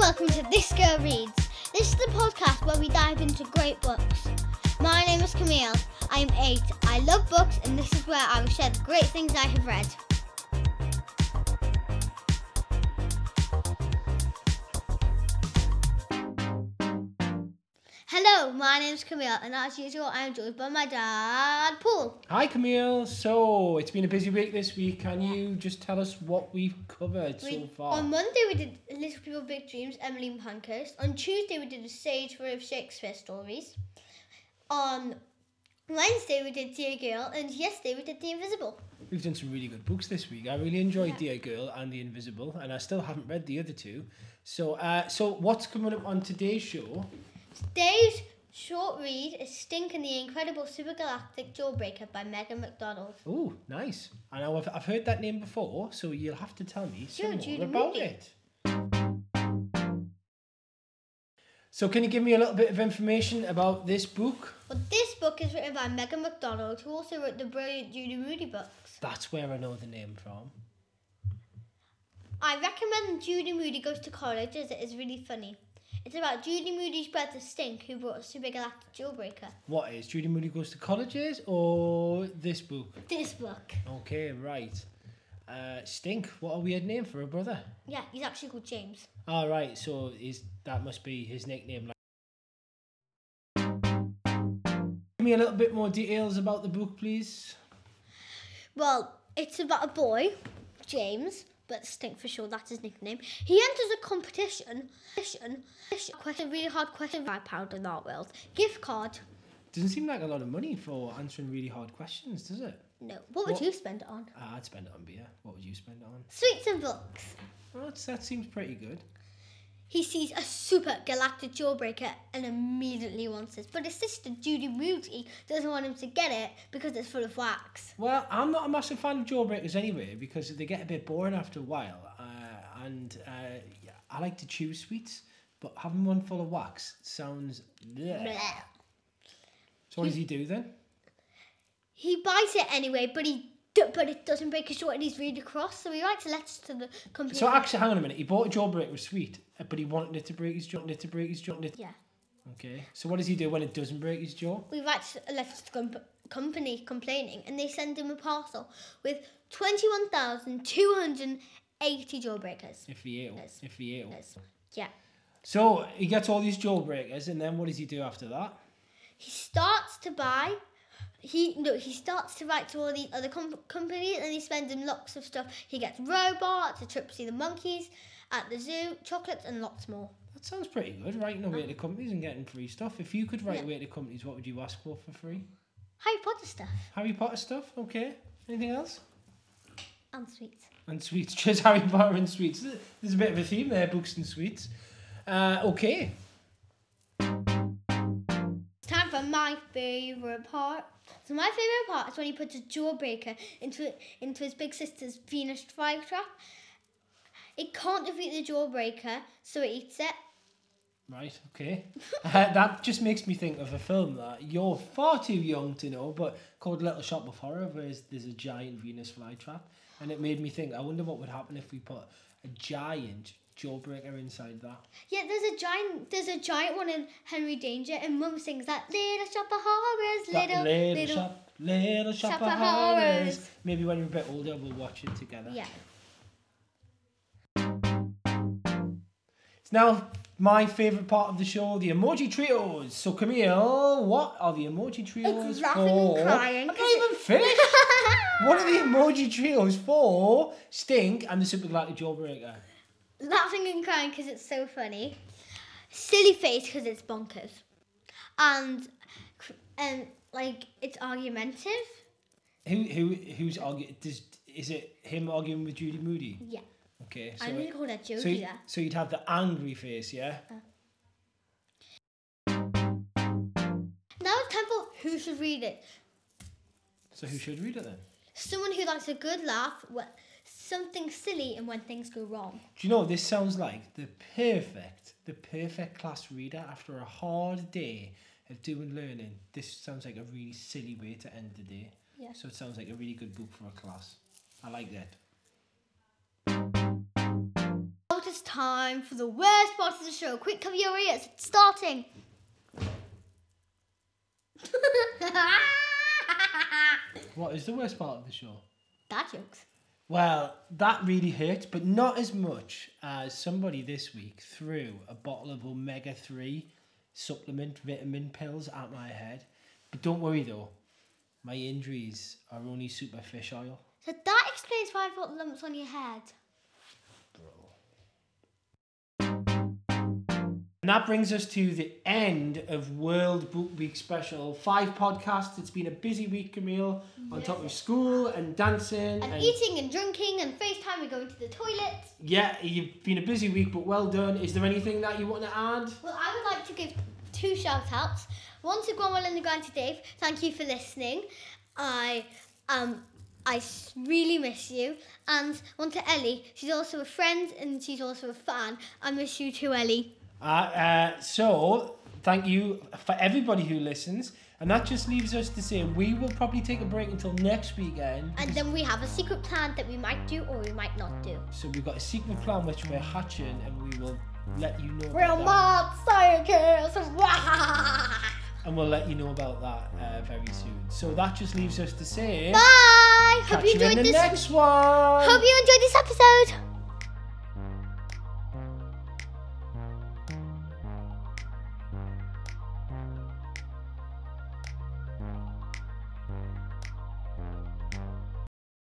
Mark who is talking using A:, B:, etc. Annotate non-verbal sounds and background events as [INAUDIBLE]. A: welcome to This Girl Reads. This is the podcast where we dive into great books. My name is Camille. I am eight. I love books, and this is where I will share the great things I have read. Hello, my name is Camille, and as usual, I am joined by my dad, Paul.
B: Hi Camille. So it's been a busy week this week. Can you just tell us what we've covered so
A: We-
B: far?
A: On Monday we did Little People Big Dreams, Emily and Pankhurst. On Tuesday we did a stage full of Shakespeare stories. On Wednesday we did Dear Girl, and yesterday we did The Invisible.
B: we've done some really good books this week. I really enjoyed Dear Girl and The Invisible, and I still haven't read the other two. So, uh, so what's coming up on today's show?
A: Today's short read is Stink and the Incredible Supergalactic Jawbreaker by Megan McDonald.
B: Oh, nice. And I've, I've heard that name before, so you'll have to tell me some
A: Sure, Judy
B: more about
A: Moody.
B: it. So, can you give me a little bit of information about this book?
A: Well, this book is written by Megan McDonald, who also wrote the brilliant Judy Moody books.
B: That's where I know the name from.
A: I recommend Judy Moody Goes to College as it is really funny. It's about Judy Moody's brother Stink, who brought a supergalactic jawbreaker.
B: What is Judy Moody Goes to Colleges or this book?
A: This book.
B: Okay, right. Uh, Stink, what a weird name for a brother.
A: Yeah, he's actually called James.
B: All right, so is that must be his nickname. Like. Give me a little bit more details about the book, please.
A: Well, it's about a boy, James, but Stink for sure, that's his nickname. He enters a competition. Competition. Question, really hard question, five pound in our world. Gift card.
B: Doesn't seem like a lot of money for answering really hard questions, does it?
A: No. What would
B: What-
A: you spend it on?
B: Ah, I'd spend it on beer. What would you spend it on?
A: Sweets and books.
B: Well, that's, that seems pretty good.
A: He sees a super galactic jawbreaker and immediately wants it, but his sister Judy Moody doesn't want him to get it because it's full of wax.
B: Well, I'm not a massive fan of jawbreakers anyway because they get a bit boring after a while, uh, and uh, yeah, I like to chew sweets, but having one full of wax sounds. Bleh.
A: Blech.
B: So what does he do then?
A: He buys it anyway, but he d- but it doesn't break his short and he's really cross, so he writes letters to the computer.
B: So actually, hang on a minute. He bought a jawbreaker sweet, uh, but he wanted it to break his jaw. Wanted it to break his jaw. wanted it-
A: yeah,
B: Okay. So what does he do when it doesn't break his jaw?
A: we write a letter to the comp- company complaining, and they send him a parcel with twenty one thousand two hundred eighty jawbreakers.
B: If he ate,
A: Yes.
B: if he ate.
A: Yes. Yeah.
B: So he gets all these jawbreakers, and then what does he do after that?
A: he starts to buy. He no, he starts to write to all these other com- companies, and he spends in lots of stuff. He gets robots, a trip to see the monkeys at the zoo, chocolates, and lots more.
B: That sounds pretty good, writing away to companies and getting free stuff. If you could write
A: Yeah.
B: away to companies, what would you ask for for free?
A: Harry Potter stuff
B: Harry Potter stuff, okay. Anything else?
A: and sweets.
B: And sweets. [LAUGHS] Just Harry Potter and sweets. There's a bit of a theme there, books and sweets. Uh, okay.
A: It's time for my favorite part. So my favorite part is when he puts a jawbreaker into into his big sister's Venus flytrap. It can't defeat the jawbreaker, so it eats it.
B: Right, okay. uh, that just makes me think of a film that you're far too young to know, but called Little Shop of Horror, where there's- there's a giant Venus flytrap. And it made me think, I wonder what would happen if we put a giant jawbreaker inside that.
A: Yeah, there's a giant there's a giant one in Henry Danger and Mum sings that little shop of horrors,
B: That
A: little
B: little, shop, little shop,
A: Shop
B: of
A: of
B: horrors.
A: Horrors.
B: Maybe when you're a bit older, we'll watch it together.
A: Yeah.
B: It's now my favourite part of the show, the emoji trios. So Camille, what are the emoji trios
A: laughing and
B: for?
A: crying,
B: I'm
A: 'cause
B: not even finished. [LAUGHS] what are the
A: [LAUGHS]
B: emoji trios for? Stink and the Super Galactic Jawbreaker.
A: Laughing and crying because it's so funny. Silly face because it's bonkers. And cr- and like it's argumentative.
B: Who who who's arguing? Does is it him arguing with Judy Moody?
A: Yeah.
B: Okay, so
A: I'm gonna call her
B: so,
A: Jodie
B: you,
A: there.
B: so you'd have the angry face, yeah.
A: Uh. Now it's time for who should read it.
B: So who should read it then?
A: Someone who likes a good laugh, well, something silly, and when things go wrong.
B: Do you know this sounds like the perfect, the perfect class reader after a hard day of doing learning? This sounds like a really silly way to end the day.
A: Yeah.
B: So it sounds like a really good book for a class. I like that.
A: How to it's time for the worst part of the show. Quick, cover your ears. It's starting. [LAUGHS]
B: What is the worst part of the show?
A: Bad jokes.
B: Well, that really hurt, but not as much as somebody this week threw a bottle of omega 3 supplement vitamin pills at my head. But don't worry though, my injuries are only superficial.
A: So that explains why I've got lumps on your head.
B: And that brings us to the end of World Book Week Special. Five podcasts. It's been a busy week, Camille, on top of school and dancing.
A: And,
B: and-
A: eating and drinking and FaceTime and going to the toilet.
B: yeah, you've been a busy week, but well done. Is there anything that you want to add?
A: Well, I would like to give two shout outs. One to Grandma and Granny Dave. Thank you for listening. I um I s- really miss you. And one to Ellie. She's also a friend and she's also a fan. I miss you too, Ellie.
B: Uh, uh, so, thank you for everybody who listens. And that just leaves us to say we will probably take a break until next weekend.
A: And then we have a secret plan that we might do or we might not do.
B: So, we've got a secret plan which we're hatching and we will let you know.
A: Real
B: about that.
A: mad [LAUGHS] scientists!
B: And we'll let you know about that uh, very soon. So, that just leaves us to say
A: Bye! Hope
B: catch
A: you
B: you in
A: enjoyed this.
B: the next one.
A: Hope you enjoyed this episode.